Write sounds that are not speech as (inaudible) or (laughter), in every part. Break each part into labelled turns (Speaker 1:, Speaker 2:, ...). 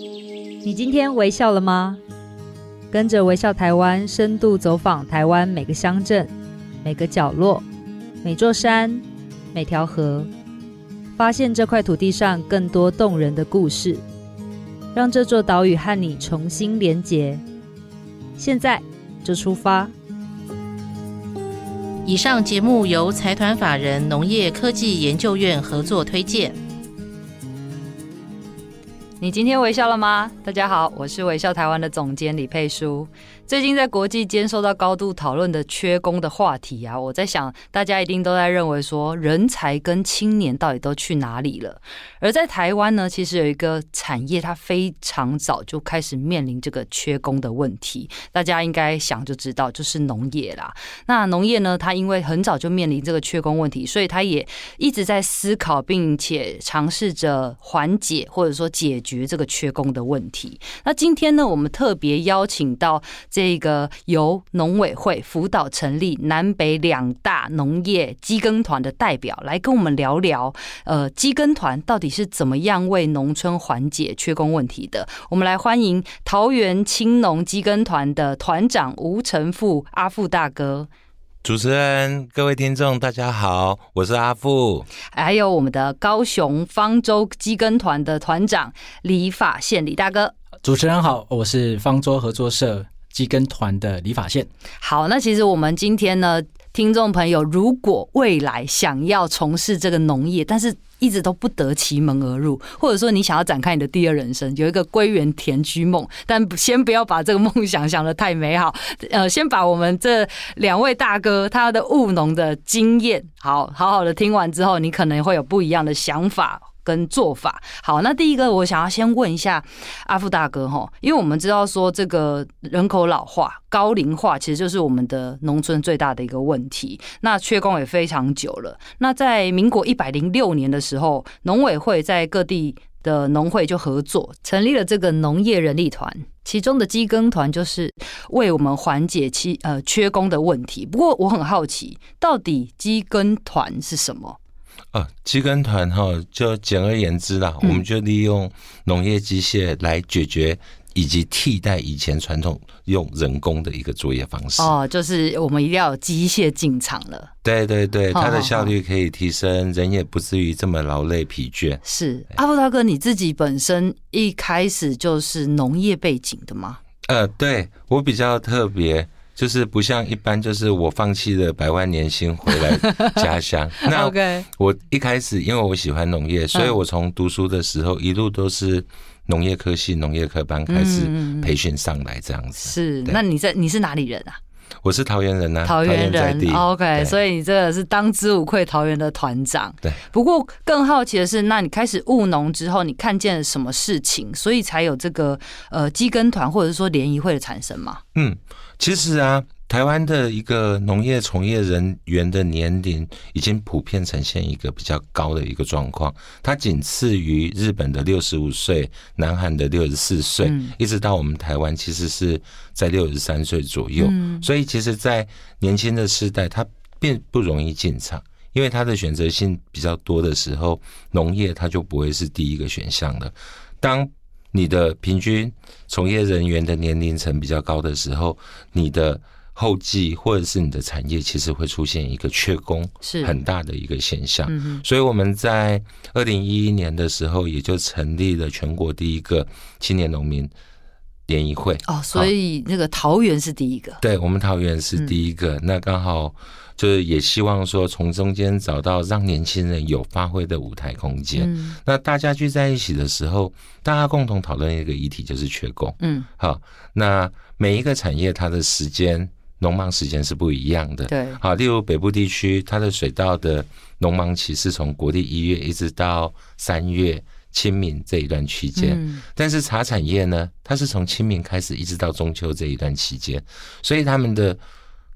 Speaker 1: 你今天微笑了吗？跟着微笑台湾，深度走访台湾每个乡镇、每个角落、每座山、每条河，发现这块土地上更多动人的故事，让这座岛屿和你重新连结。现在就出发！
Speaker 2: 以上节目由财团法人农业科技研究院合作推荐。
Speaker 1: 你今天微笑了吗？大家好，我是微笑台湾的总监李佩书。最近在国际间受到高度讨论的缺工的话题啊，我在想，大家一定都在认为说，人才跟青年到底都去哪里了？而在台湾呢，其实有一个产业，它非常早就开始面临这个缺工的问题。大家应该想就知道，就是农业啦。那农业呢，它因为很早就面临这个缺工问题，所以它也一直在思考，并且尝试着缓解或者说解决这个缺工的问题。那今天呢，我们特别邀请到这个由农委会辅导成立南北两大农业基耕团的代表来跟我们聊聊，呃，基耕团到底是怎么样为农村缓解缺工问题的？我们来欢迎桃园青农基耕团的团长吴成富阿富大哥。
Speaker 3: 主持人、各位听众，大家好，我是阿富。
Speaker 1: 还有我们的高雄方舟基耕团的团长李法宪李大哥。
Speaker 4: 主持人好，我是方舟合作社基根团的李法宪。
Speaker 1: 好，那其实我们今天呢，听众朋友如果未来想要从事这个农业，但是一直都不得其门而入，或者说你想要展开你的第二人生，有一个归园田居梦，但先不要把这个梦 (laughs) 想想得太美好，呃，先把我们这两位大哥他的务农的经验，好好好的听完之后，你可能会有不一样的想法。跟做法。好，那第一个我想要先问一下阿富大哥哈，因为我们知道说这个人口老化、高龄化，其实就是我们的农村最大的一个问题。那缺工也非常久了。那在民国一百零六年的时候，农委会在各地的农会就合作成立了这个农业人力团。其中的基耕团就是为我们缓解其呃缺工的问题。不过我很好奇，到底基耕团是什么？
Speaker 3: 哦，机耕团哈，就简而言之啦，我们就利用农业机械来解决以及替代以前传统用人工的一个作业方式。
Speaker 1: 哦，就是我们一定要有机械进场了。
Speaker 3: 对对对，
Speaker 1: 好
Speaker 3: 它
Speaker 1: 好
Speaker 3: 的效率可以提升，人也不至于这么劳累疲倦。
Speaker 1: 是阿布大哥，你自己本身一开始就是农业背景的吗？
Speaker 3: 呃，对我比较特别，就是不像一般，就是我放弃了百万年薪回来家 (laughs) 乡。那
Speaker 1: OK，
Speaker 3: 我一开始因为我喜欢农业，
Speaker 1: 嗯
Speaker 3: 所以我从读书的时候一路都是农业科系、农业科班开始
Speaker 1: 嗯嗯嗯
Speaker 3: 培训上来这样子。
Speaker 1: 是。
Speaker 3: 对
Speaker 1: 那你在你是哪里人啊？
Speaker 3: 我是桃园人呐、啊，
Speaker 1: 桃园
Speaker 3: 在
Speaker 1: 人
Speaker 3: 地。
Speaker 1: ，OK，
Speaker 3: 对
Speaker 1: 所以你这个是当之无愧桃园的团长。
Speaker 3: 对。
Speaker 1: 不过更好奇的是，那你开始务农之后，你看见了什么事情，所以才有这个呃基耕团或者说联谊会的产生吗？
Speaker 3: 嗯，其实啊，台湾的一个农业从业人员的年龄已经普遍呈现一个比较高的一个状况，它仅次于日本的六十五岁、南韩的六十四岁，
Speaker 1: 嗯
Speaker 3: 一直到我们台湾其实是在六十三岁左右。
Speaker 1: 嗯
Speaker 3: 所以其实，在年轻的世代，他并不容易进场，因为他的选择性比较多的时候，农业它就不会是第一个选项了。当你的平均从业人员的年龄层比较高的时候，你的后继或者是你的产业，其实会出现一个缺工
Speaker 1: 是。
Speaker 3: 很大的一个现象。
Speaker 1: 嗯哼，
Speaker 3: 所以我们在二零一一年的时候，也就成立了全国第一个青年农民联谊会。
Speaker 1: 哦，所以那个桃园是第一个。
Speaker 3: 对我们桃园是第一
Speaker 1: 嗯
Speaker 3: 个，那刚好就是也希望说从中间找到让年轻人有发挥的舞台空间。
Speaker 1: 嗯
Speaker 3: 那大家聚在一起的时候，大家共同讨论一个议题，就是缺工。
Speaker 1: 嗯，
Speaker 3: 好，那每一个产业它的时间，农忙时间是不一样的。
Speaker 1: 对，
Speaker 3: 好，例如北部地区，它的水稻的农忙期是从国历一月一直到三月清明这一段期间。
Speaker 1: 嗯
Speaker 3: 但是茶产业呢，它是从清明开始一直到中秋这一段期间，所以他们的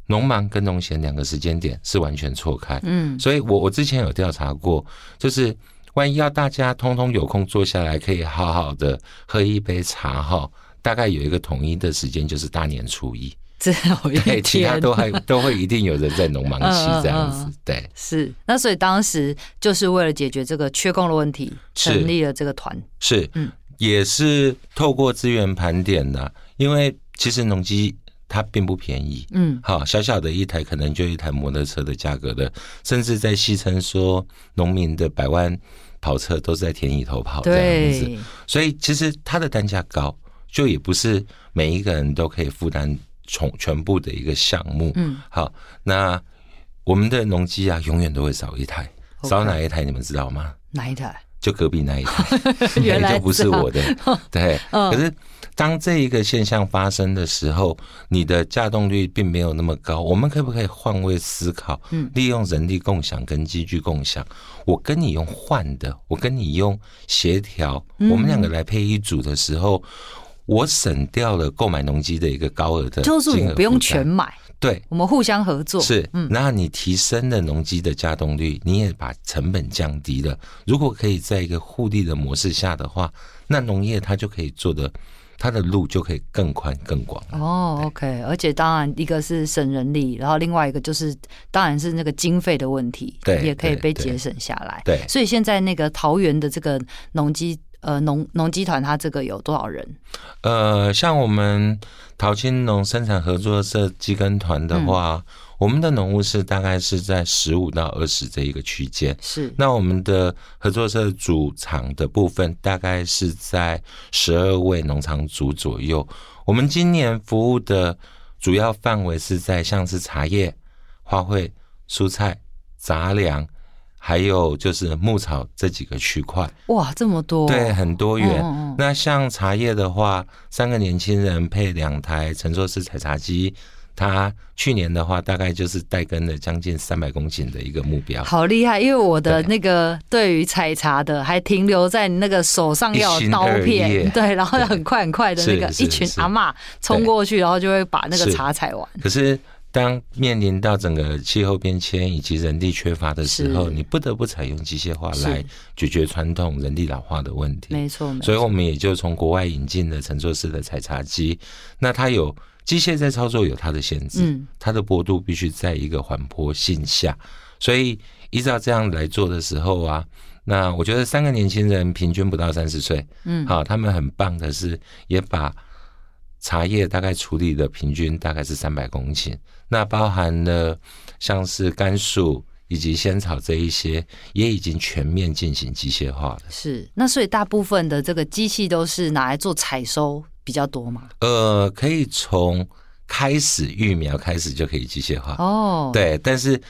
Speaker 3: 农忙跟农闲两个时间点是完全错开。
Speaker 1: 嗯，
Speaker 3: 所以我我之前有调查过，就是万一要大家通通有空坐下来，可以好好的喝一杯茶哈。大概有一个统一的时间，就是大年初一，
Speaker 1: 只 (laughs) 有一
Speaker 3: 对，
Speaker 1: 天，
Speaker 3: 其他都还都会一定有人在农忙期这
Speaker 1: (laughs) 嗯嗯
Speaker 3: 样
Speaker 1: 嗯
Speaker 3: 子，对，
Speaker 1: 是。那所以当时就是为了解决这个缺工的问题，
Speaker 3: 是
Speaker 1: 成立了这个团。
Speaker 3: 是
Speaker 1: 嗯，
Speaker 3: 也是透过资源盘点呐、因为其实农机它并不便宜，
Speaker 1: 嗯
Speaker 3: 好，小小的一台可能就一台摩托车的价格了，甚至在戏称说，农民的百万跑车都是在田里头跑这样子。
Speaker 1: 对，
Speaker 3: 所以其实它的单价高，就也不是每一个人都可以负担从全部的一个项目。
Speaker 1: 嗯，
Speaker 3: 好，那我们的农机啊，永远都会少一台，
Speaker 1: OK
Speaker 3: 少哪一台你们知道吗？
Speaker 1: 哪一台？
Speaker 3: 就隔壁那一台，
Speaker 1: (laughs) 原来
Speaker 3: 就不是
Speaker 1: 这样
Speaker 3: 我的。
Speaker 1: (laughs)
Speaker 3: 对，
Speaker 1: 嗯
Speaker 3: 可是当这一个现象发生的时候，你的架动率并没有那么高。我们可不可以换位思考，
Speaker 1: 嗯
Speaker 3: 利用人力共享跟机具共享？我跟你用换的，我跟你用协调，
Speaker 1: 嗯
Speaker 3: 我们两个来配一组的时候，我省掉了购买农机的一个高额的金额负担，
Speaker 1: 就是我不用全买，
Speaker 3: 对。
Speaker 1: 我们互相合作。嗯
Speaker 3: 是，那你提升了农机的加动率，你也把成本降低了。如果可以在一个互利的模式下的话，那农业它就可以做的，它的路就可以更宽更广了。
Speaker 1: 哦，OK，而且当然一个是省人力，然后另外一个就是当然是那个经费的问题，
Speaker 3: 对
Speaker 1: 也可以
Speaker 3: 对
Speaker 1: 被
Speaker 3: 对
Speaker 1: 节省下来。
Speaker 3: 对
Speaker 1: 所以现在那个桃园的这个农机呃农农机团，它这个有多少人？
Speaker 3: 呃，像我们桃青农生产合作社机耕团的话，我们的农务室大概是在十五到二十这一个区间。
Speaker 1: 是
Speaker 3: 那我们的合作社主场的部分大概是在十二位农场主左右。我们今年服务的主要范围是在像是茶叶、花卉、蔬菜、杂粮，还有就是牧草这几个区块。
Speaker 1: 哇，这么多，
Speaker 3: 对，很多元。
Speaker 1: 嗯嗯嗯
Speaker 3: 那像茶叶的话，三个年轻人配两台乘坐式采茶机，它去年的话大概就是带根了将近三百公顷的一个目标。
Speaker 1: 好厉害！因为我的
Speaker 3: 对
Speaker 1: 那个对于采茶的还停留在那个手上要有刀
Speaker 3: 一心二
Speaker 1: 片，
Speaker 3: 意
Speaker 1: 对，然后要很快很快的那个
Speaker 3: 是是
Speaker 1: 一群
Speaker 3: 是
Speaker 1: 阿嬷冲过去，然后就会把那个
Speaker 3: 是
Speaker 1: 茶采完。
Speaker 3: 可是当面临到整个气候变迁以及人力缺乏的时
Speaker 1: 是
Speaker 3: 候，你不得不采用机械化
Speaker 1: 是
Speaker 3: 来解决传统人力老化的问题。
Speaker 1: 没错，没嗯
Speaker 3: 所以
Speaker 1: 错，
Speaker 3: 我们也就从国外引进了乘坐式的采茶机，那它有机械在操作有它的限制，
Speaker 1: 嗯
Speaker 3: 它的坡度必须在一个缓坡性下，所以依照这样来做的时候啊，那我觉得三个年轻人平均不到三十岁，
Speaker 1: 嗯，
Speaker 3: 好、啊他们很棒的是也把茶叶大概处理的平均大概是三百公顷，那包含了像是甘薯以及仙草这一些，也已经全面进行机械化了。
Speaker 1: 是。那所以大部分的这个机器都是拿来做采收比较多嘛？
Speaker 3: 呃，可以从开始育苗开始就可以机械化，
Speaker 1: 哦，，
Speaker 3: 对，但是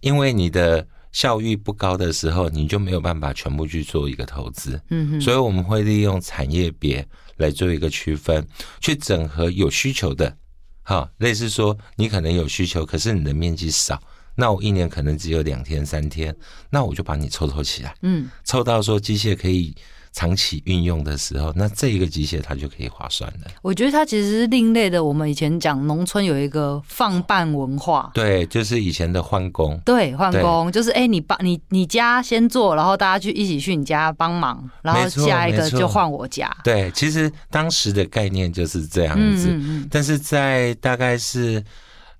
Speaker 3: 因为你的效益不高的时候，你就没有办法全部去做一个投资。
Speaker 1: 嗯哼，
Speaker 3: 所以我们会利用产业别来做一个区分，去整合有需求的，哈，类似说你可能有需求，可是你的面积少，那我一年可能只有两天三天，那我就把你凑凑起来，
Speaker 1: 嗯，
Speaker 3: 凑到说机械可以长期运用的时候，那这一个机械它就可以划算了。
Speaker 1: 我觉得它其实是另类的。我们以前讲农村有一个放办文化，
Speaker 3: 对，就是以前的换工，
Speaker 1: 对，换
Speaker 3: 对
Speaker 1: 工就是哎、你帮你你家先做，然后大家去一起去你家帮忙，然后
Speaker 3: 没错
Speaker 1: 下一个
Speaker 3: 没错
Speaker 1: 就换我家。
Speaker 3: 对，其实当时的概念就是这样
Speaker 1: 嗯
Speaker 3: 子。
Speaker 1: 嗯
Speaker 3: 但是在大概是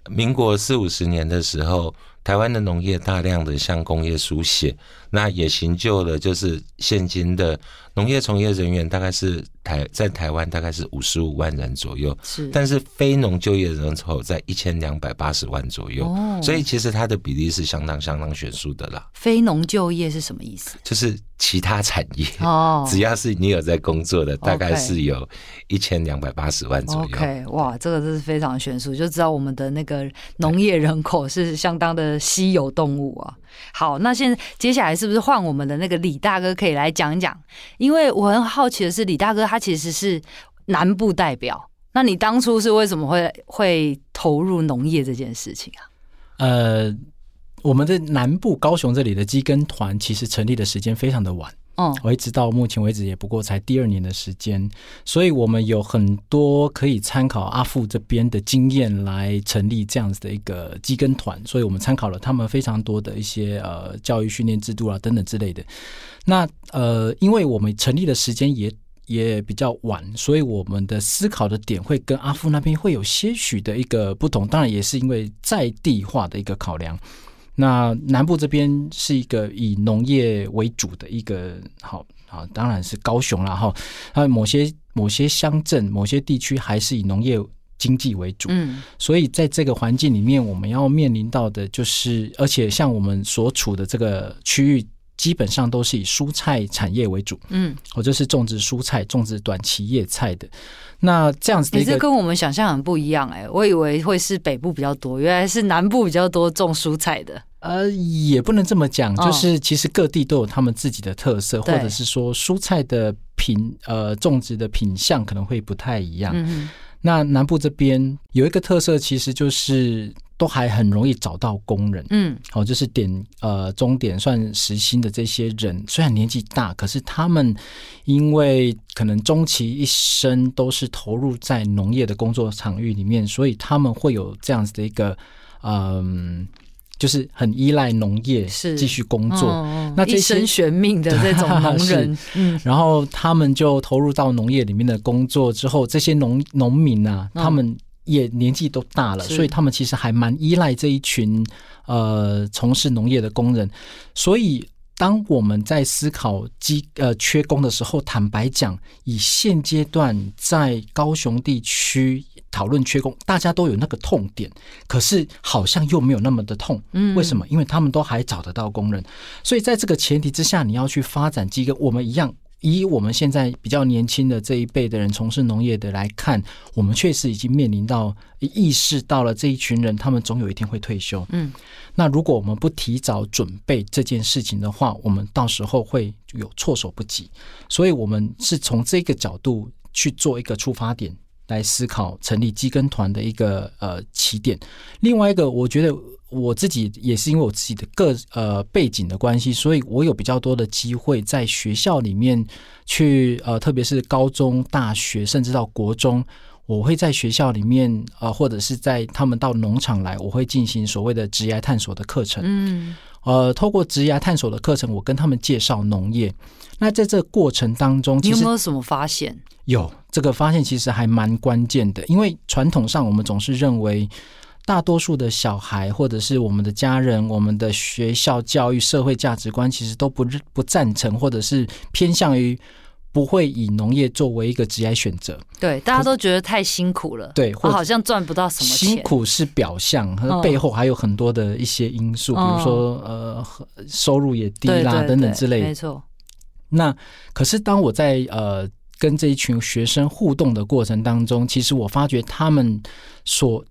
Speaker 3: 呃民国四五十年的时候，台湾的农业大量的向工业输血，那也行就了，就是现今的农业从业人员大概是台在台湾大概是五十五万人左右
Speaker 1: 嗯，，是，
Speaker 3: 但是非农就业人口在一千两百八十万左右，
Speaker 1: 哦
Speaker 3: 所以其实它的比例是相当相当悬殊的啦，
Speaker 1: 非农就业是什么意思？
Speaker 3: 就是其他产业。
Speaker 1: 哦
Speaker 3: 只要是你有在工作的，大概
Speaker 1: OK
Speaker 3: 是有一千两百八十万左右。
Speaker 1: OK，哇，这个真是非常悬殊，就知道我们的那个农业人口是相当的稀有动物啊。好，那现在接下来是不是换我们的那个李大哥可以来讲讲？因为我很好奇的是，李大哥他其实是南部代表，那你当初是为什么会会投入农业这件事情啊？
Speaker 4: 呃，我们的南部高雄这里的机耕团其实成立的时间非常的晚，
Speaker 1: 嗯，
Speaker 4: 我一直到目前为止也不过才第二年的时间，所以我们有很多可以参考阿富这边的经验来成立这样子的一个机耕团，所以我们参考了他们非常多的一些呃教育训练制度啊等等之类的。那呃，因为我们成立的时间也。也比较晚，所以我们的思考的点会跟阿富那边会有些许的一个不同，当然也是因为在地化的一个考量。那南部这边是一个以农业为主的一个好啊，当然是高雄啦哈。那某些某些乡镇、某些地区还是以农业经济为主，
Speaker 1: 嗯
Speaker 4: 所以在这个环境里面，我们要面临到的就是，而且像我们所处的这个区域，基本上都是以蔬菜产业为主，
Speaker 1: 嗯，
Speaker 4: 我哦就是种植蔬菜、种植短期叶菜的。那这样子的
Speaker 1: 你
Speaker 4: 一
Speaker 1: 这
Speaker 4: 个
Speaker 1: 跟我嗯们想象很不一样哎、我以为会是北部比较多，原来是南部比较多种蔬菜的。
Speaker 4: 呃，也不能这么讲，
Speaker 1: 哦
Speaker 4: 就是其实各地都有他们自己的特色，或
Speaker 1: 对
Speaker 4: 者是说蔬菜的品呃种植的品相可能会不太一样。
Speaker 1: 嗯
Speaker 4: 那南部这边有一个特色，其实就是都还很容易找到工人。
Speaker 1: 嗯
Speaker 4: 哦，就是点呃终点算时薪的这些人，虽然年纪大，可是他们因为可能终其一生都是投入在农业的工作场域里面，所以他们会有这样子的一个嗯、就是很依赖农业
Speaker 1: 是
Speaker 4: 继续工
Speaker 1: 嗯，
Speaker 4: 作。
Speaker 1: 哦
Speaker 4: 那这
Speaker 1: 一生
Speaker 4: 些
Speaker 1: 悬命的这
Speaker 4: (laughs)
Speaker 1: 种农人，嗯
Speaker 4: 然后他们就投入到农业里面的工作之后，这些农农民啊，
Speaker 1: 嗯
Speaker 4: 他们也年纪都大了，
Speaker 1: 是
Speaker 4: 所以他们其实还蛮依赖这一群呃从事农业的工人。所以，当我们在思考机呃缺工的时候，坦白讲，以现阶段在高雄地区讨论缺工，大家都有那个痛点，可是好像又没有那么的痛。
Speaker 1: 嗯
Speaker 4: 为什？么？因为他们都还找得到工人，所以在这个前提之下，你要去发展机构，我们一样。以我们现在比较年轻的这一辈的人从事农业的来看，我们确实已经面临到意识到了这一群人，他们总有一天会退休。
Speaker 1: 嗯，
Speaker 4: 那如果我们不提早准备这件事情的话，我们到时候会有措手不及。所以，我们是从这个角度去做一个出发点来思考成立基根团的一个呃起点。另外一个，我觉得我自己也是因为我自己的个呃背景的关系，所以我有比较多的机会在学校里面去呃，特别是高中、大学，甚至到国中。我会在学校里面，呃，或者是在他们到农场来，我会进行所谓的职涯探索的课程。
Speaker 1: 嗯
Speaker 4: 呃，透过职涯探索的课程，我跟他们介绍农业。那在这个过程当中，
Speaker 1: 你
Speaker 4: 其
Speaker 1: 有
Speaker 4: 实
Speaker 1: 没有什么发现？
Speaker 4: 有这个发现，其实还蛮关键的，因为传统上我们总是认为，大多数的小孩或者是我们的家人、我们的学校教育、社会价值观，其实都不认不赞成，或者是偏向于不会以农业作为一个职业选择。
Speaker 1: 对，大家都觉得太辛苦了，
Speaker 4: 对
Speaker 1: 我
Speaker 4: 或
Speaker 1: 嗯
Speaker 4: 者
Speaker 1: 好像赚不到什么
Speaker 4: 辛
Speaker 1: 钱。
Speaker 4: 苦是表象，它
Speaker 1: 嗯
Speaker 4: 背后还有很多的一些因素，比
Speaker 1: 嗯
Speaker 4: 如说呃收入也低
Speaker 1: 对
Speaker 4: 啦
Speaker 1: 对
Speaker 4: 等等
Speaker 1: 对
Speaker 4: 之类的
Speaker 1: 没。错，
Speaker 4: 那可是当我在呃跟这一群学生互动的过程当中，其实我发觉他们所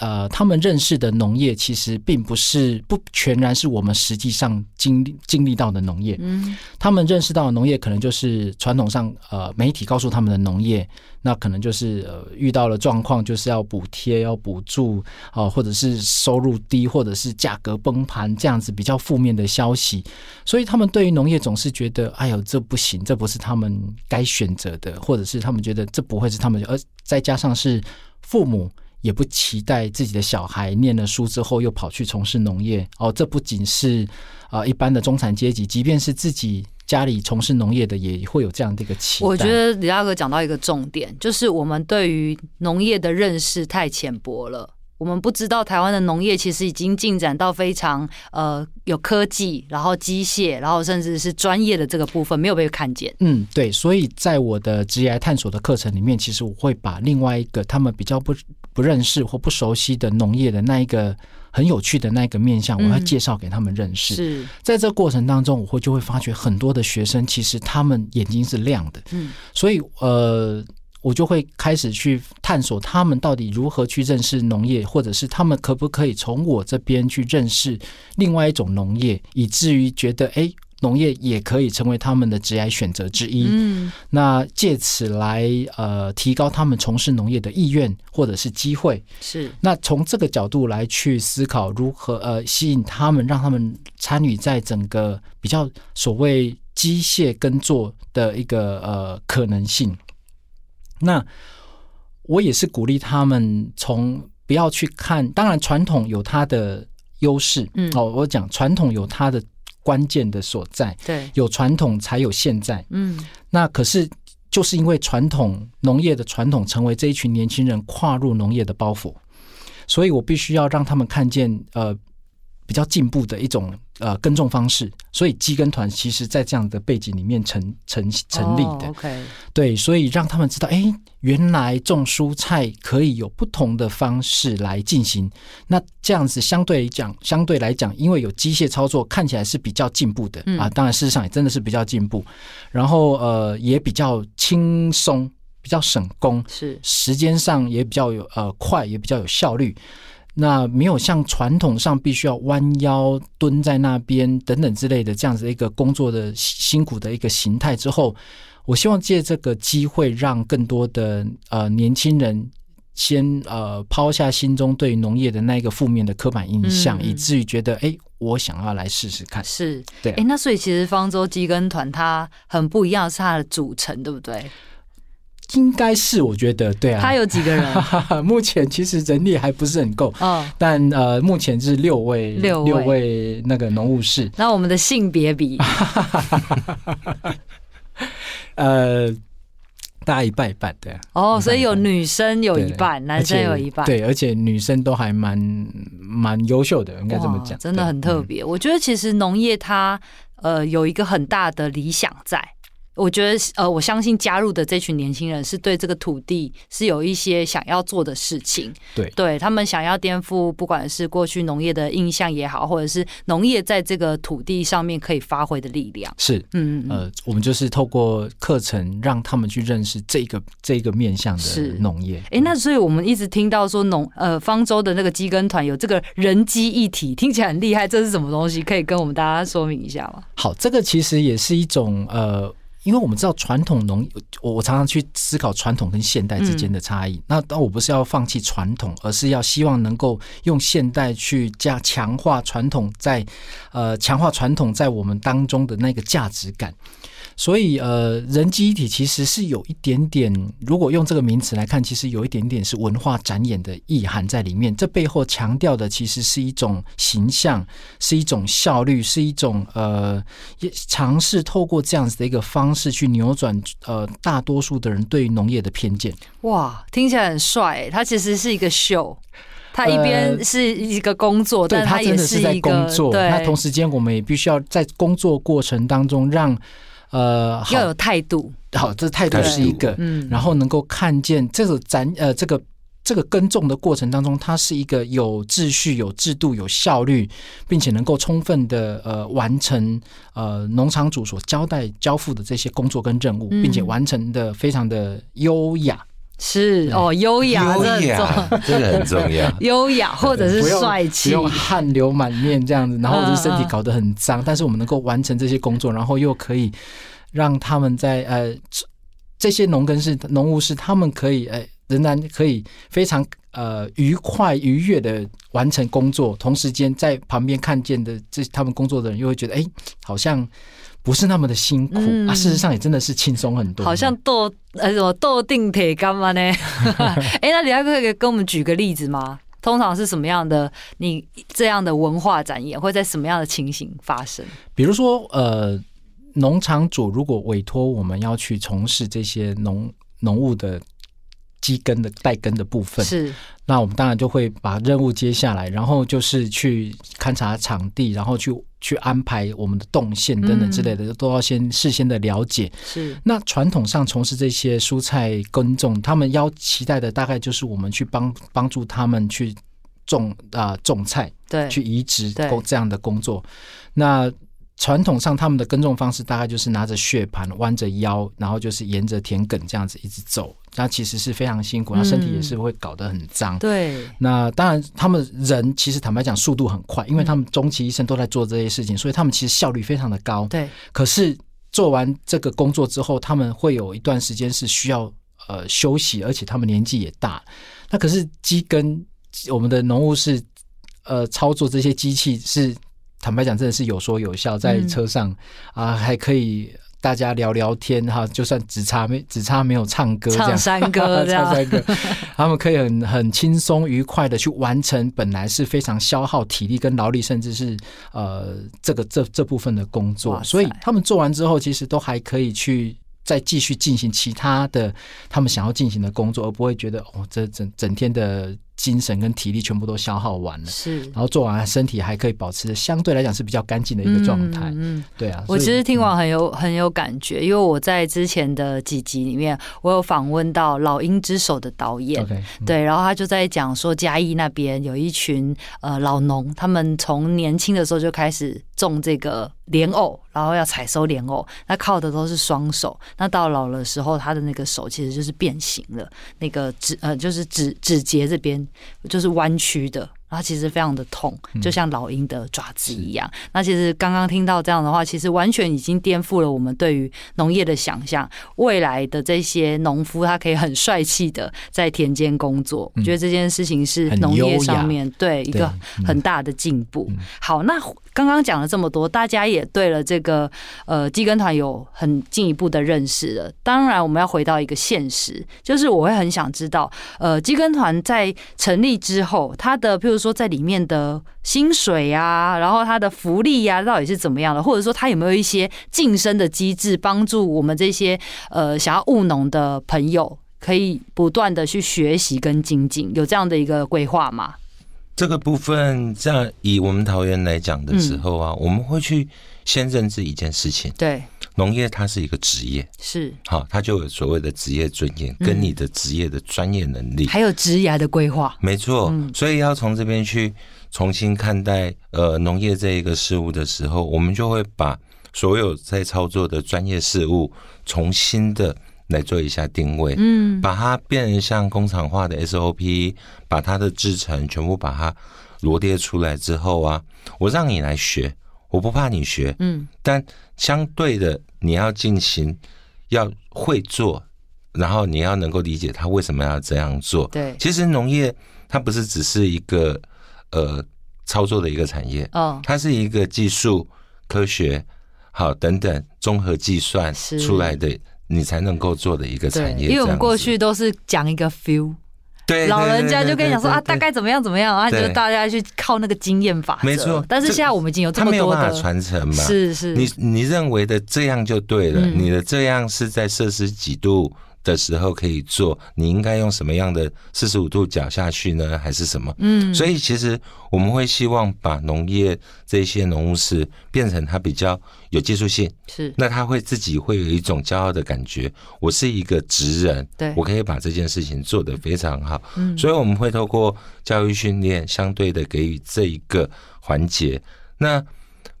Speaker 4: 呃他们认识的农业，其实并不是不全然是我们实际上经历经历到的农业。
Speaker 1: 嗯
Speaker 4: 他们认识到的农业可能就是传统上呃媒体告诉他们的农业，那可能就是呃遇到了状况就是要补贴、要补助啊、或者是收入低，或者是呃价格崩盘这样子比较负面的消息，所以他们对于农业总是觉得哎呦这不行，这不是他们该选择的，或者是他们觉得这不会是他们，而再加上是父母。也不期待自己的小孩念了书之后又跑去从事农业哦，这不仅是啊、一般的中产阶级，即便是自己家里从事农业的，也会有这样的一个期待。
Speaker 1: 我觉得李大哥讲到一个重点，就是我们对于农业的认识太浅薄了。我们不知道台湾的农业其实已经进展到非常呃有科技，然后机械，然后甚至是专业的这个部分没有被看见。
Speaker 4: 嗯，对，所以在我的职业探索的课程里面，其实我会把另外一个他们比较不不认识或不熟悉的农业的那一个很有趣的那一个面向，我
Speaker 1: 嗯
Speaker 4: 要介绍给他们认识。
Speaker 1: 是，
Speaker 4: 在这过程当中，我会就会发觉很多的学生其实他们眼睛是亮的，
Speaker 1: 嗯
Speaker 4: 所以呃，我就会开始去探索他们到底如何去认识农业，或者是他们可不可以从我这边去认识另外一种农业，以至于觉得诶，农业也可以成为他们的职业选择之一。
Speaker 1: 嗯
Speaker 4: 那借此来呃提高他们从事农业的意愿或者是机会。
Speaker 1: 是，
Speaker 4: 那从这个角度来去思考如何呃吸引他们，让他们参与在整个比较所谓机械耕作的一个呃可能性。那我也是鼓励他们从不要去看，当然传统有它的优势，
Speaker 1: 嗯
Speaker 4: 哦，我讲传统有它的关键的所在，
Speaker 1: 对，
Speaker 4: 有传统才有现在，
Speaker 1: 嗯
Speaker 4: 那可是就是因为传统农业的传统，成为这一群年轻人跨入农业的包袱，所以我必须要让他们看见，呃，比较进步的一种呃耕种方式，所以基耕团其实在这样的背景里面成成成立的。
Speaker 1: 哦 OK，
Speaker 4: 对，所以让他们知道，哎，原来种蔬菜可以有不同的方式来进行。那这样子相对来讲，相对来讲，因为有机械操作，看起来是比较进步的、
Speaker 1: 嗯
Speaker 4: 啊。当然，事实上也真的是比较进步，然后呃，也比较轻松，比较省工， (laughs)
Speaker 1: 是
Speaker 4: 时间上也比较有呃快，也比较有效率。那没有像传统上必须要弯腰蹲在那边等等之类的这样子的一个工作的辛苦的一个形态之后，我希望借这个机会让更多的呃年轻人先呃抛下心中对农业的那一个负面的刻板印象，
Speaker 1: 嗯
Speaker 4: 以至于觉得哎、诶我想要来试试看。
Speaker 1: 是，
Speaker 4: 对
Speaker 1: 哎，那所以其实方舟鸡跟团它很不一样，是它的组成，对不对？
Speaker 4: (laughs) 应该是我觉得对啊，
Speaker 1: 它有几个
Speaker 4: (laughs)
Speaker 1: 人？
Speaker 4: 目前其实人力还不是很够，
Speaker 1: 嗯，
Speaker 4: 但呃，目前是六位
Speaker 1: 六位
Speaker 4: 六位那个农务士，
Speaker 1: 那我们的性别比
Speaker 4: 呃，大家一半一半对啊， (laughs)
Speaker 1: 哦，所以有
Speaker 4: 一半一半
Speaker 1: 女生有一
Speaker 4: 对
Speaker 1: 半，男生有一半，
Speaker 4: 而且对，而且女生都还蛮蛮优秀的，应该这么
Speaker 1: 哇
Speaker 4: 讲，嗯
Speaker 1: 真的很特
Speaker 4: 别。
Speaker 1: 别。我觉得其实农业它呃有一个很大的理想在。我觉得，呃，我相信加入的这群年轻人是对这个土地是有一些想要做的事情，
Speaker 4: 对
Speaker 1: 对他们想要颠覆，不管是过去农业的印象也好，或者是农业在这个土地上面可以发挥的力量，
Speaker 4: 是，
Speaker 1: 嗯，嗯嗯
Speaker 4: 呃，我们就是透过课程让他们去认识这个这个面向的
Speaker 1: 是
Speaker 4: 农业。
Speaker 1: 哎，那所以我们一直听到说农呃方舟的那个鸡跟团有这个人机一体，听起来很厉害，这是什么东西？可以跟我们大家说明一下吗？
Speaker 4: 好，这个其实也是一种呃，因为我们知道传统农，我我常常去思考传统跟现代之间的差异。那当我不是要放弃传统，而是要希望能够用现代去加强化传统在，呃强化传统在我们当中的那个价值感。所以，呃，人机一体其实是有一点点，如果用这个名词来看，其实有一点点是文化展演的意涵在里面。这背后强调的其实是一种形象，是一种效率，是一种呃，也尝试透过这样子的一个方式去扭转呃大多数的人对于农业的偏见。
Speaker 1: 哇，听起来很帅欸，它其实是一个秀。它一边
Speaker 4: 呃
Speaker 1: 是一个工作，
Speaker 4: 对
Speaker 1: 哦但它
Speaker 4: 他
Speaker 1: 也
Speaker 4: 真的是在
Speaker 1: 一个
Speaker 4: 工作，
Speaker 1: 对，
Speaker 4: 那同时间我们也必须要在工作过程当中让呃
Speaker 1: 要
Speaker 4: 好
Speaker 1: 有态度，
Speaker 4: 好这态度
Speaker 1: 态
Speaker 4: 是一
Speaker 3: 度
Speaker 4: 个，
Speaker 1: 嗯，
Speaker 4: 然后能够看见这个展呃这个这个耕种的过程当中，它是一个有秩序、有制度、有效率，并且能够充分的呃完成呃农场主所交代交付的这些工作跟任务，
Speaker 1: 嗯
Speaker 4: 并且完成的非常的优雅，
Speaker 1: 是
Speaker 4: 对
Speaker 1: 哦，优雅，
Speaker 3: 优
Speaker 1: 这很重
Speaker 3: 雅，这个很重要。
Speaker 1: (laughs) 优雅或者是
Speaker 4: 不用
Speaker 1: 帅
Speaker 4: 不
Speaker 1: 气，
Speaker 4: 用汗流满面这样子，然后或者是身体
Speaker 1: 嗯嗯
Speaker 4: 搞得很脏，但是我们能够完成这些工作，然后又可以让他们在呃这这些农耕是农务是他们可以呃仍然可以非常呃愉快愉悦的完成工作，同时间在旁边看见的这他们工作的人又会觉得哎、好像不是那么的辛苦、
Speaker 1: 嗯
Speaker 4: 啊，事实上也真的是轻松很多，
Speaker 1: 好像斗呃什么斗定铁干嘛
Speaker 4: (laughs)
Speaker 1: 呢？哎、那你还可以给我们举个例子吗？通常是什么样的？你这样的文化展演会在什么样的情形发生？
Speaker 4: 比如说，呃，农场主如果委托我们要去从事这些农农务的基根的带根的部分，
Speaker 1: 是
Speaker 4: 那我们当然就会把任务接下来，然后就是去勘察场地，然后去去安排我们的动线等等之类的，都要先事先的了解。
Speaker 1: 是，
Speaker 4: 那传统上从事这些蔬菜耕种，他们要期待的大概就是我们去帮帮助他们去种啊、种菜，
Speaker 1: 对，
Speaker 4: 去移植
Speaker 1: 对
Speaker 4: 工这样的工作。那传统上他们的耕种方式大概就是拿着血盘弯着腰，然后就是沿着田埂这样子一直走，那其实是非常辛苦，
Speaker 1: 嗯
Speaker 4: 那身体也是会搞得很脏。
Speaker 1: 对，
Speaker 4: 那当然，他们人其实坦白讲速度很快，因
Speaker 1: 嗯
Speaker 4: 为他们终其一生都在做这些事情，所以他们其实效率非常的高。
Speaker 1: 对，
Speaker 4: 可是做完这个工作之后，他们会有一段时间是需要呃休息，而且他们年纪也大了。那可是机跟我们的农务是呃操作这些机器是坦白讲真的是有说有笑，在
Speaker 1: 嗯
Speaker 4: 车上啊、还可以大家聊聊天哈，就算只差没只差没有唱歌这
Speaker 1: 唱
Speaker 4: 样。 (laughs)
Speaker 1: 山歌这
Speaker 4: 啊唱
Speaker 1: 样，
Speaker 4: 山歌，他们可以很很轻松愉快的去完成本来是非常消耗体力跟劳力，甚至是呃这个这这部分的工
Speaker 1: 哇
Speaker 4: 作，
Speaker 1: 塞
Speaker 4: 所以他们做完之后，其实都还可以去。再继续进行其他的他们想要进行的工作，而不会觉得哦，这整整天的精神跟体力全部都消耗完了，
Speaker 1: 是
Speaker 4: 然后做完身体还可以保持相对来讲是比较干净的一个状态。
Speaker 1: 嗯嗯嗯
Speaker 4: 对啊，
Speaker 1: 我
Speaker 4: 所以
Speaker 1: 其实听
Speaker 4: 嗯
Speaker 1: 完很有很有感觉，因为我在之前的几集里面，我有访问到《老鹰之手》的导演
Speaker 4: OK，嗯
Speaker 1: 对，然后他就在讲说，嘉义那边有一群呃老农，他们从年轻的时候就开始种这个莲藕，然后要采收莲藕，那靠的都是双手。那到老的时候，他的那个手其实就是变形了，那个指呃就是指指节这边就是弯曲的。然后其实非常的痛，
Speaker 4: 嗯
Speaker 1: 就像老鹰的爪子一样。那其实刚刚听到这样的话，其实完全已经颠覆了我们对于农业的想象。未来的这些农夫，他可以很帅气的在田间工作。我觉得这件事情是
Speaker 4: 嗯很
Speaker 1: 农
Speaker 4: 优
Speaker 1: 业
Speaker 4: 雅
Speaker 1: 上面对一
Speaker 4: 对
Speaker 1: 个很大的进步。好，那刚刚讲了这么多，大家也对了这个呃基根团有很进一步的认识了。当然，我们要回到一个现实，就是我会很想知道，呃，基根团在成立之后，它的譬如说在里面的薪水啊，然后它的福利呀、到底是怎么样的，或者说它有没有一些晋升的机制，帮助我们这些呃想要务农的朋友可以不断的去学习跟精进，有这样的一个规划吗？
Speaker 3: 这个部分，这样以我们桃园来讲的时候
Speaker 1: 嗯
Speaker 3: 啊，我们会去先认知一件事情：
Speaker 1: 对，
Speaker 3: 农业它是一个职业，
Speaker 1: 是，
Speaker 3: 好，它就有所谓的职业尊严，
Speaker 1: 嗯
Speaker 3: 跟你的职业的专业能力。
Speaker 1: 还有职涯的规划，
Speaker 3: 没错，
Speaker 1: 嗯
Speaker 3: 所以要从这边去重新看待呃农业这一个事物的时候，我们就会把所有在操作的专业事物重新的来做一下定位，
Speaker 1: 嗯，
Speaker 3: 把它变成像工厂化的 SOP，把它的制成全部把它罗列出来之后啊，我让你来学，我不怕你学，
Speaker 1: 嗯，
Speaker 3: 但相对的，你要进行，要会做，然后你要能够理解他为什么要这样做。 (laughs)
Speaker 1: 对，
Speaker 3: 其实农业它不是只是一个呃操作的一个产业，
Speaker 1: 哦，
Speaker 3: 它是一个技术、科学好等等综合计算
Speaker 1: 是
Speaker 3: 出来的，你才能够做的一个
Speaker 1: 对
Speaker 3: 产，业。
Speaker 1: 因为我
Speaker 3: 这样
Speaker 1: 们
Speaker 3: 子
Speaker 1: 过去都是讲一个 feel，
Speaker 3: 对
Speaker 1: 老人家就跟你讲说啊，大。
Speaker 3: 对对对对对
Speaker 1: 概怎么样怎么样啊，
Speaker 3: 对
Speaker 1: 就大家去靠那个经验法则。
Speaker 3: 没错
Speaker 1: 但是
Speaker 3: 这
Speaker 1: 现在我们已经有这
Speaker 3: 他
Speaker 1: 么
Speaker 3: 没有
Speaker 1: 多
Speaker 3: 办
Speaker 1: 的
Speaker 3: 法传承嘛，
Speaker 1: 是是，
Speaker 3: 你你认为的这样就对了，
Speaker 1: 嗯
Speaker 3: 你的这样是在摄氏几度的时候可以做，你应该用什么样的四十五度角下去呢，还是什么？
Speaker 1: 嗯，
Speaker 3: 所以其实我们会希望把农业这些农务事变成它比较有技术性，
Speaker 1: 是
Speaker 3: 那他会自己会有一种骄傲的感觉，我是一个职人，
Speaker 1: 对
Speaker 3: 我可以把这件事情做得非常好。
Speaker 1: 嗯
Speaker 3: 所以我们会透过教育训练，相对的给予这一个环节。那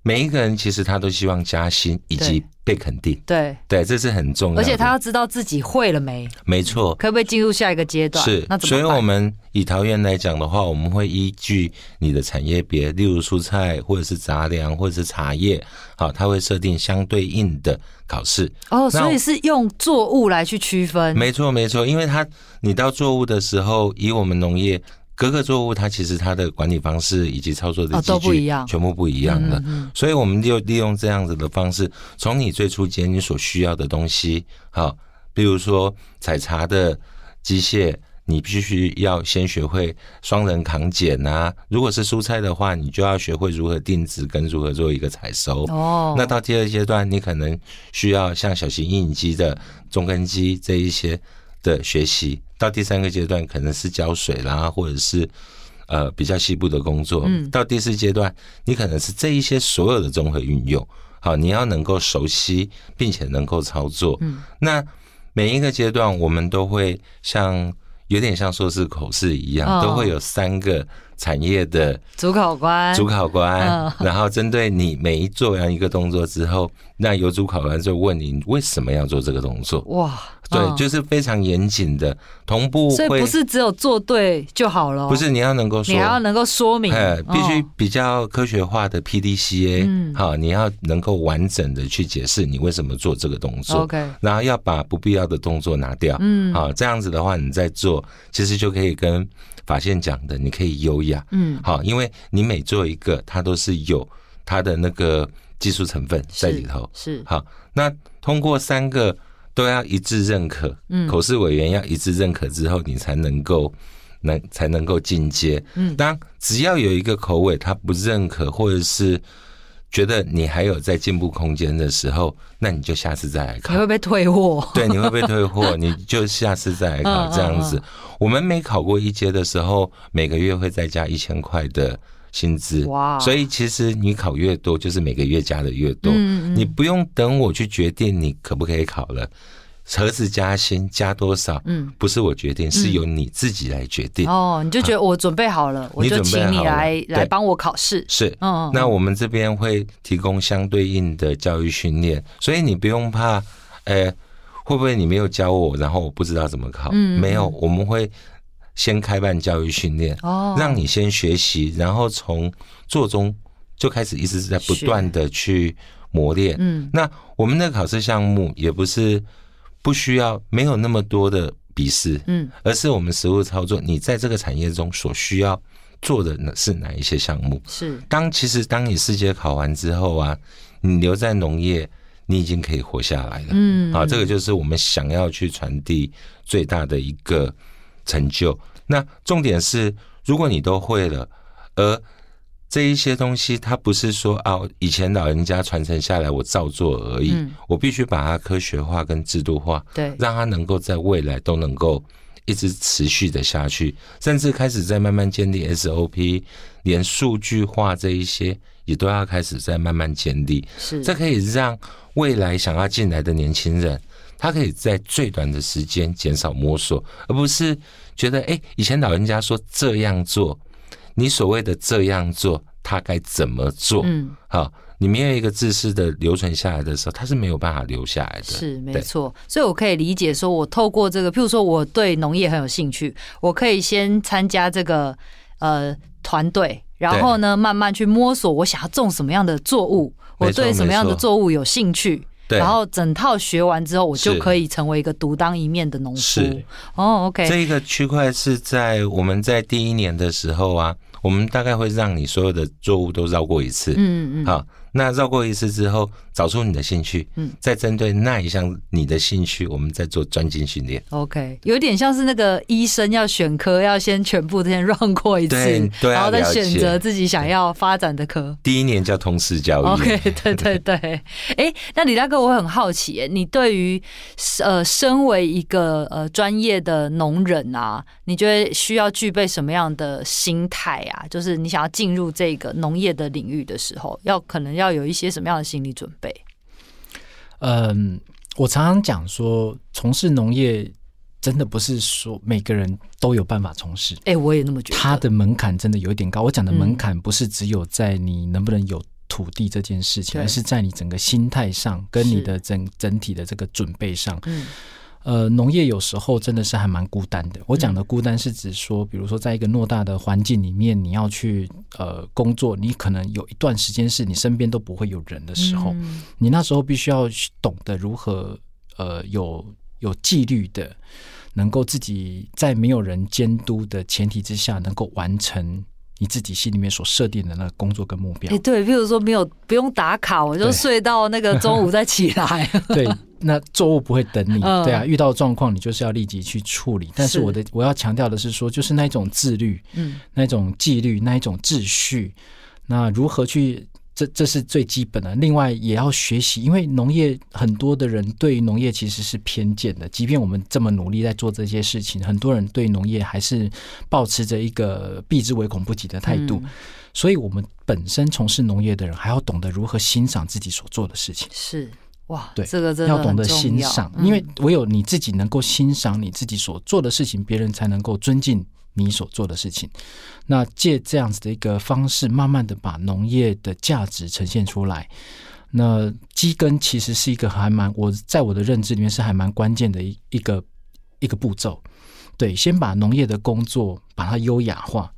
Speaker 3: 每一个人其实他都希望加薪以及
Speaker 1: 对
Speaker 3: 被肯定，
Speaker 1: 对，
Speaker 3: 对，这是很重要的。
Speaker 1: 而且他要知道自己会了没，
Speaker 3: 没错，
Speaker 1: 可不可以进入下一个阶段？
Speaker 3: 是
Speaker 1: 那，怎
Speaker 3: 所以
Speaker 1: 么
Speaker 3: 我
Speaker 1: 办？
Speaker 3: 们以桃园来讲的话，我们会依据你的产业别，例如蔬菜或者是杂粮或者是茶叶，好，它会设定相对应的考试。
Speaker 1: 哦，所以
Speaker 3: 那
Speaker 1: 是用作物来去区分，
Speaker 3: 没错，没错，因为它你到作物的时候，以我们农业各个作物，它其实它的管理方式以及操作的
Speaker 1: 哦
Speaker 3: 机具、
Speaker 1: 都不一样
Speaker 3: 全部不一样的。
Speaker 1: 嗯
Speaker 3: 所以我们就利用这样子的方式，从你最初间你所需要的东西，好，比如说采茶的机械。你必须要先学会双人扛剪啊！如果是蔬菜的话，你就要学会如何定植跟如何做一个采收。
Speaker 1: 嗯哦，
Speaker 3: 那到第二阶段，你可能需要像小型印机的中根机这一些的学习。到第三个阶段，可能是浇水啦，或者是呃比较细部的工作。
Speaker 1: 嗯
Speaker 3: 到第四阶段，你可能是这一些所有的综合运用。好，你要能够熟悉，并且能够操作。
Speaker 1: 嗯，
Speaker 3: 那每一个阶段，我们都会像有点像硕士口试一样，
Speaker 1: 哦
Speaker 3: 都会有三个产业的
Speaker 1: 主考官，
Speaker 3: 主考官，
Speaker 1: 嗯
Speaker 3: 然后针对你每一做完一个动作之后，那由主考官就问你你为什么要做这个动作。
Speaker 1: 哇，
Speaker 3: 对，
Speaker 1: 嗯
Speaker 3: 就是非常严谨的，同步
Speaker 1: 所以
Speaker 3: 会
Speaker 1: 不是只有做对就好了，
Speaker 3: 不是你要能够说，
Speaker 1: 你还要能够说明
Speaker 3: 哎，必须
Speaker 1: 哦
Speaker 3: 比较科学化的 PDCA，
Speaker 1: 嗯
Speaker 3: 好、你要能够完整的去解释你为什么做这个动作。
Speaker 1: OK，
Speaker 3: 然后要把不必要的动作拿掉，
Speaker 1: 嗯
Speaker 3: 好、这样子的话，你再做，其实就可以跟法线讲的，你可以优雅，
Speaker 1: 嗯，
Speaker 3: 好，因为你每做一个，它都是有它的那个技术成分在里头。
Speaker 1: 是
Speaker 3: 好，那通过三个都要一致认可，
Speaker 1: 嗯
Speaker 3: 口试委员要一致认可之后，你才能够能才能够进阶。
Speaker 1: 嗯
Speaker 3: 当只要有一个口尾他不认可或者是觉得你还有在进步空间的时候，那你就下次再来考
Speaker 1: 你。会被退 (laughs) 货。
Speaker 3: 对，你会被退货，你就下次再来考
Speaker 1: 嗯
Speaker 3: 这样
Speaker 1: 嗯
Speaker 3: 子。我们每考过一阶的时候，每个月会再加一千块的薪资。
Speaker 1: 哇
Speaker 3: 所以其实你考越多，就是每个月加的越多。
Speaker 1: 嗯
Speaker 3: 你不用等我去决定你可不可以考了，何时加薪加多少，
Speaker 1: 嗯，
Speaker 3: 不是我决定，是由你自己来决定。
Speaker 1: 哦，你就觉得我准备好了，我就
Speaker 3: 准备
Speaker 1: 请你
Speaker 3: 好了
Speaker 1: 来来
Speaker 3: 对
Speaker 1: 帮我考试。
Speaker 3: 是，
Speaker 1: 嗯，嗯
Speaker 3: 那我们这边会提供相对应的教育训练，所以你不用怕，呃，会不会你没有教我，然后我不知道怎么考？
Speaker 1: 嗯嗯
Speaker 3: 没有，我们会先开办教育训练，
Speaker 1: 哦，
Speaker 3: 让你先学习，然后从做中就开始一直在不
Speaker 1: 学
Speaker 3: 断的去磨练。
Speaker 1: 嗯
Speaker 3: 那我们的考试项目也不是不需要没有那么多的笔试，
Speaker 1: 嗯，
Speaker 3: 而是我们实务操作，你在这个产业中所需要做的呢是哪一些项目？
Speaker 1: 是
Speaker 3: 当其实当你世界考完之后啊，你留在农业，你已经可以活下来了。
Speaker 1: 嗯
Speaker 3: 啊，这个就是我们想要去传递最大的一个成就。那重点是，如果你都会了，而这一些东西，它不是说啊，以前老人家传承下来，我照做而已。
Speaker 1: 嗯
Speaker 3: 我必须把它科学化跟制度化，
Speaker 1: 对，
Speaker 3: 让它能够在未来都能够一直持续的下去，甚至开始在慢慢建立 SOP，连数据化这一些也都要开始在慢慢建立。
Speaker 1: 是
Speaker 3: 这可以让未来想要进来的年轻人，他可以在最短的时间减少摸索，而不是觉得哎、诶以前老人家说这样做，你所谓的这样做，他该怎么做？
Speaker 1: 嗯
Speaker 3: 好，你没有一个知识的留存下来的时候，他是没有办法留下来的。
Speaker 1: 是没
Speaker 3: 对
Speaker 1: 错，所以我可以理解，说我透过这个，譬如说我对农业很有兴趣，我可以先参加这个呃团队，然后呢慢慢去摸索我想要种什么样的作物，我
Speaker 3: 没错
Speaker 1: 对什么样的
Speaker 3: 没错
Speaker 1: 作物有兴趣。
Speaker 3: 对
Speaker 1: 然后整套学完之后，我就是可以成为一个独当一面的农夫
Speaker 3: 是。
Speaker 1: 哦，OK，
Speaker 3: 这一个区块是在我们在第一年的时候啊，我们大概会让你所有的作物都绕过一次。
Speaker 1: 嗯嗯嗯，
Speaker 3: 好，那绕过一次之后，找出你的兴趣，
Speaker 1: 嗯
Speaker 3: 嗯，再针对那一项你的兴趣，我们再做专精训练。
Speaker 1: OK，有点像是那个医生要选科，要先全部先 (laughs) run 过一次
Speaker 3: 对，对啊
Speaker 1: 然后再选
Speaker 3: 了解
Speaker 1: 择自己想要发展的科。
Speaker 3: 第一年叫通识教育
Speaker 1: OK，对对对。
Speaker 4: (laughs)
Speaker 1: 哎，那李大哥，我很好奇耶，你对于呃，身为一个呃专业的农人啊，你觉得需要具备什么样的心态啊？就是你想要进入这个农业的领域的时候，要可能要有一些什么样的心理准备？
Speaker 4: 嗯，我常常讲说，从事农业真的不是说每个人都有办法从事，
Speaker 1: 哎，我也那么觉得。
Speaker 4: 它的门槛真的有一点高。我讲的门
Speaker 1: 嗯
Speaker 4: 槛不是只有在你能不能有土地这件事情，
Speaker 1: 对
Speaker 4: 而是在你整个心态上跟
Speaker 1: 是
Speaker 4: 你的整整体的这个准备上。
Speaker 1: 嗯
Speaker 4: 呃，农业有时候真的是还蛮孤单的。我讲的孤单是指说，比如说在一个偌大的环境里面，你要去呃工作，你可能有一段时间是你身边都不会有人的时候，
Speaker 1: 嗯
Speaker 4: 你那时候必须要懂得如何呃有有纪律的，能够自己在没有人监督的前提之下，能够完成你自己心里面所设定的那个工作跟目标
Speaker 1: 哎、。对，譬如说没有不用打卡，我就
Speaker 4: 对
Speaker 1: 睡到那个中午再起
Speaker 4: (laughs)
Speaker 1: 来。
Speaker 4: 对，那作物不会等你，
Speaker 1: 嗯
Speaker 4: 对啊，遇到状况你就是要立即去处理。但是
Speaker 1: 是
Speaker 4: 我的我要强调的是说，就是那一种自律、
Speaker 1: 嗯，
Speaker 4: 那一种纪律、那一种秩序，那如何去？这这是最基本的，另外也要学习，因为农业很多的人对于农业其实是偏见的，即便我们这么努力在做这些事情，很多人对农业还是保持着一个避之唯恐不及的态度，
Speaker 1: 嗯
Speaker 4: 所以我们本身从事农业的人还要懂得如何欣赏自己所做的事情。
Speaker 1: 是哇，
Speaker 4: 对
Speaker 1: 这个真的
Speaker 4: 要懂得
Speaker 1: 很重
Speaker 4: 欣
Speaker 1: 要
Speaker 4: 赏，
Speaker 1: 嗯
Speaker 4: 因为唯有你自己能够欣赏你自己所做的事情，别人才能够尊敬你所做的事情。那借这样子的一个方式，慢慢的把农业的价值呈现出来。那基根其实是一个还蛮我在我的认知里面是还蛮关键的一一个一个步骤。对，先把农业的工作把它优雅化，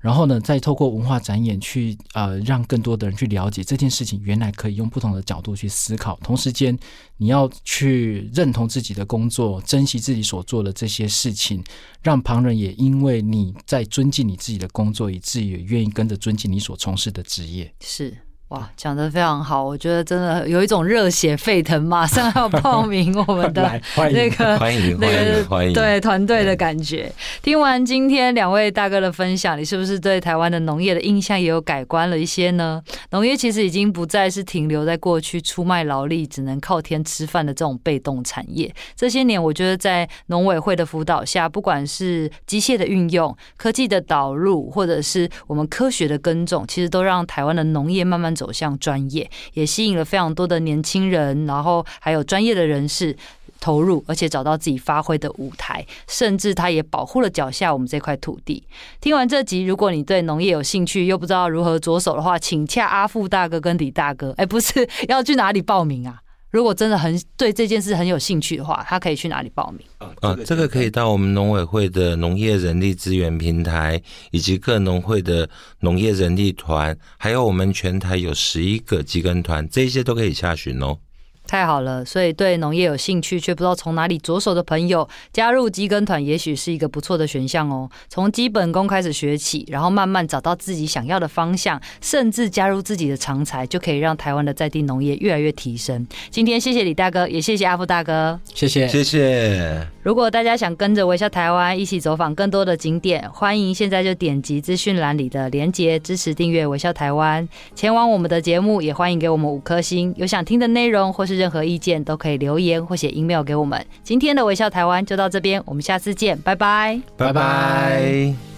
Speaker 4: 然后呢，再透过文化展演去呃，让更多的人去了解这件事情，原来可以用不同的角度去思考。同时间，你要去认同自己的工作，珍惜自己所做的这些事情，让旁人也因为你在尊敬你自己的工作，以至于也愿意跟着尊敬你所从事的职业。
Speaker 1: 是。哇，讲得非常好，我觉得真的有一种热血沸腾，马上要报名我们的
Speaker 4: (laughs) 来欢迎
Speaker 1: 那个
Speaker 3: (laughs) 欢迎
Speaker 1: 那
Speaker 3: 欢
Speaker 1: 个
Speaker 3: 迎欢迎，
Speaker 1: 对团队的感觉。听完今天两位大哥的分享，你是不是对台湾的农业的印象也有改观了一些呢？农业其实已经不再是停留在过去出卖劳力、只能靠天吃饭的这种被动产业。这些年，我觉得在农委会的辅导下，不管是机械的运用、科技的导入，或者是我们科学的耕种，其实都让台湾的农业慢慢走向专业，也吸引了非常多的年轻人，然后还有专业的人士投入，而且找到自己发挥的舞台，甚至它也保护了脚下我们这块土地。听完这集，如果你对农业有兴趣，又不知道如何着手的话，请洽阿富大哥跟李大哥。哎，不是 (laughs) 要去哪里报名啊？如果真的很对这件事很有兴趣的话，他可以去哪里报名？
Speaker 3: 啊，这个可以到我们农委会的农业人力资源平台，以及各农会的农业人力团，还有我们全台有十一个机耕团，这些都可以下询哦。
Speaker 1: 太好了，所以对农业有兴趣却不知道从哪里着手的朋友，加入基耕团也许是一个不错的选项哦。从基本功开始学起，然后慢慢找到自己想要的方向，甚至加入自己的长才，就可以让台湾的在地农业越来越提升。今天谢谢李大哥，也谢谢阿富大哥。
Speaker 4: 谢谢。
Speaker 3: 谢谢。
Speaker 1: 如果大家想跟着微笑台湾一起走访更多的景点，欢迎现在就点击资讯栏里的连结支持订阅微笑台湾。前往我们的节目，也欢迎给我们五颗星。有想听的内容或是任何意见，都可以留言或写 email 给我们。今天的微笑台湾就到这边，我们下次见，拜拜。
Speaker 4: 拜
Speaker 3: 拜
Speaker 4: 拜
Speaker 3: 拜